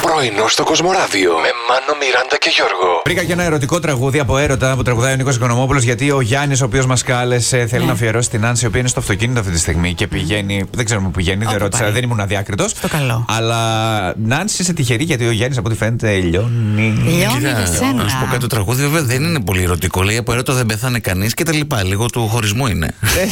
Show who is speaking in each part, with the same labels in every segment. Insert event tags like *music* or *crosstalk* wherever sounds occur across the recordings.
Speaker 1: Πρωινό στο Κοσμοράδιο με Μάνο, Μιράντα και Γιώργο.
Speaker 2: Βρήκα και ένα ερωτικό τραγούδι από έρωτα που τραγουδάει ο Νίκος Οικονομόπουλος. Γιατί ο Γιάννης, ο οποίος μας κάλεσε,
Speaker 3: Ναι.
Speaker 2: θέλει να αφιερώσει την Άνση, η οποία είναι στο αυτοκίνητο αυτή τη στιγμή και πηγαίνει. Δεν ξέρουμε πού πηγαίνει, δεν
Speaker 3: Όπου
Speaker 2: ρώτησα,
Speaker 3: πάει.
Speaker 2: δεν ήμουν αδιάκριτος.
Speaker 3: Στο καλό.
Speaker 2: Αλλά Νάνση είσαι τυχερή γιατί ο Γιάννης από ό,τι φαίνεται λιώνει.
Speaker 3: Λιώνει για σένα.
Speaker 4: να σου πω κάτι. Το τραγούδι βέβαια δεν είναι πολύ ερωτικό. Λέει από έρωτα δεν πέθανε κανείς και τα λοιπά. Λίγο του χωρισμού είναι.
Speaker 2: Ε,
Speaker 3: Ναι,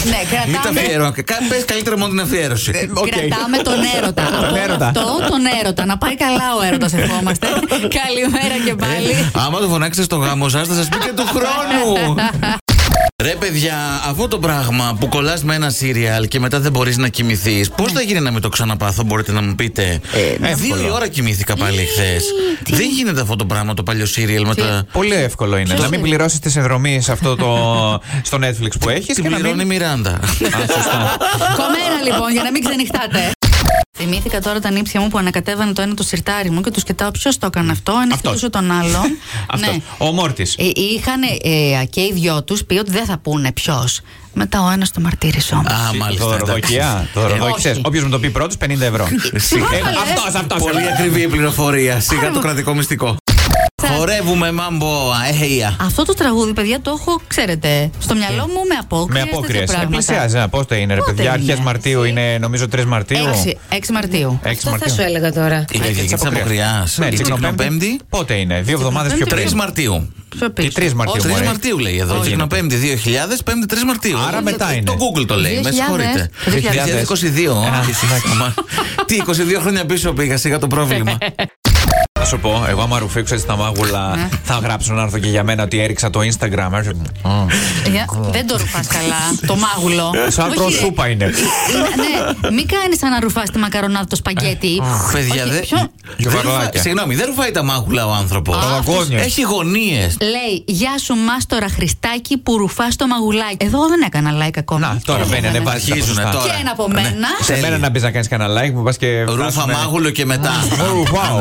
Speaker 4: Μην τα
Speaker 3: κρατάμε,
Speaker 4: αφιέρωνα. Πες καλύτερα μόνο την αφιέρωση.
Speaker 2: Οκ.
Speaker 3: κρατάμε *laughs* τον έρωτα.
Speaker 2: Τον έρωτα.
Speaker 3: Αυτό τον έρωτα. Να πάει καλά ο έρωτα, *laughs* ευχόμαστε. Καλημέρα και πάλι.
Speaker 4: Ε, Άμα το φωνάξετε στο γάμο σας, θα σας πει και του χρόνου. Ρε παιδιά, αυτό το πράγμα που κολλάς με ένα σύριαλ και μετά δεν μπορείς να κοιμηθείς, πώς θα γίνει να μην το ξαναπάθω, μπορείτε να μου πείτε.
Speaker 2: Ε,
Speaker 4: Ε, Δύο η ώρα κοιμήθηκα πάλι χθε. Δεν γίνεται αυτό το πράγμα το παλιό σύριαλ με τα.
Speaker 2: Πολύ εύκολο είναι. Να μην
Speaker 3: είναι?
Speaker 2: πληρώσεις τη συνδρομή σε αυτό
Speaker 3: *laughs*
Speaker 2: το, στο Netflix που έχεις
Speaker 4: Την
Speaker 2: και να
Speaker 4: πληρώνει η
Speaker 2: μην.
Speaker 4: Μιράντα.
Speaker 2: Α,
Speaker 3: Ναι.
Speaker 2: σωστά.
Speaker 3: Κομμένα λοιπόν, για να μην ξενυχτάτε. Θυμήθηκα τώρα τα νύψια μου που ανακατέβανε το ένα το σιρτάρι μου και τους κοιτάω ποιος το έκανε αυτό. Ένα
Speaker 2: Αυτός.
Speaker 3: χτυπούσε τον *laughs* άλλον.
Speaker 2: Αυτός. Ο Μόρτης.
Speaker 3: Ε, Είχαν ε, και οι δυο τους πει ότι δεν θα πούνε ποιος. Μετά ο ένας Ε, το μαρτύρησε όμως.
Speaker 4: Α, μάλιστα.
Speaker 2: Δωροδοκιά.
Speaker 3: όχι.
Speaker 2: Όποιος μου το πει πρώτος, 50 ευρώ. Ε, Αυτός, αυτός.
Speaker 4: Πολύ ακριβή η πληροφορία. Σιγά το κρατικό μυστικό. Χορεύουμε μάμπο ε, αέχεια.
Speaker 3: Αυτό το τραγούδι, παιδιά, το έχω, ξέρετε, στο μυαλό μου Ε. με
Speaker 2: Με
Speaker 3: απόκριε.
Speaker 2: απόκριε. Πλησιάζει. Α, Πότε είναι, ρε
Speaker 3: Πότε
Speaker 2: παιδιά.
Speaker 3: είναι,
Speaker 2: Αρχέ Μαρτίου
Speaker 3: εσύ.
Speaker 2: είναι, νομίζω, 3 Μαρτίου. Ναι,
Speaker 3: 6, 6 Μαρτίου.
Speaker 2: Έξι
Speaker 5: Αυτό θα σου έλεγα τώρα.
Speaker 4: Η Κυριακή τη Αποκριά.
Speaker 2: Ναι,
Speaker 4: Η Τσικνοπέμπτη.
Speaker 2: Τσικνοπέμπτη. Πότε είναι, δύο εβδομάδες πιο
Speaker 4: 3
Speaker 2: πριν.
Speaker 4: Μαρτίου.
Speaker 3: Ποιο
Speaker 2: Τι
Speaker 3: πεις?
Speaker 2: 3 Μαρτίου.
Speaker 4: 3
Speaker 2: μωρέ.
Speaker 4: Μαρτίου λέει εδώ.
Speaker 2: Όχι.
Speaker 4: Τσικνοπέμπτη 2000, 5η 3 Μαρτίου.
Speaker 2: Άρα
Speaker 4: Ε,
Speaker 2: μετά
Speaker 4: το-
Speaker 2: είναι.
Speaker 4: Το Google το λέει. Με
Speaker 3: 2000.
Speaker 4: συγχωρείτε.
Speaker 2: 2000.
Speaker 4: 2022.
Speaker 2: Α,
Speaker 4: όχι,
Speaker 2: εντάξει.
Speaker 4: μα- Τι, 22 χρόνια πίσω πήγα, σιγά το
Speaker 2: *laughs*
Speaker 4: πρόβλημα.
Speaker 2: Να σου πω, εγώ άμα ρουφήξω έτσι τα μάγουλα, θα γράψουν να έρθω και για μένα ότι έριξα το Instagram. Ε, Έρχεται. Μμμ.
Speaker 3: Για- Δεν το ρουφάς
Speaker 2: *laughs*
Speaker 3: καλά. Το μάγουλο.
Speaker 2: Ε, Σαν το
Speaker 3: Όχι, ρε.
Speaker 2: σούπα είναι.
Speaker 3: Ναι, ναι, μην κάνεις σαν να ρουφάς τη μακαρονάδα το
Speaker 2: Ε,
Speaker 3: σπαγκέτι.
Speaker 4: Παιδιά,
Speaker 3: Όχι,
Speaker 4: δεν.
Speaker 3: ποιο-
Speaker 4: δεν
Speaker 2: Γιωβαρλάκια.
Speaker 4: ρουφάει- Συγγνώμη, δεν ρουφάει τα μάγουλα ο άνθρωπος.
Speaker 2: δαγκώνει.
Speaker 4: Έχει γωνίες.
Speaker 3: Λέει, Γεια σου, Μάστορα Χριστάκη που ρουφάς το μαγουλάκι. Εδώ δεν έκανα like ακόμα.
Speaker 2: Να, τώρα μπαίνει,
Speaker 3: Έκανα.
Speaker 2: ανεβάζει τα
Speaker 4: Αρχίζουνε
Speaker 2: ποσοστά.
Speaker 4: τώρα.
Speaker 3: Και ένα από μένα.
Speaker 2: Ναι. Σε μένα να μπεις να κάνεις κανένα like που πας και.
Speaker 4: Ρούφα
Speaker 2: φτάσουμε-
Speaker 4: μάγουλο και μετά.
Speaker 2: Ρουφάω.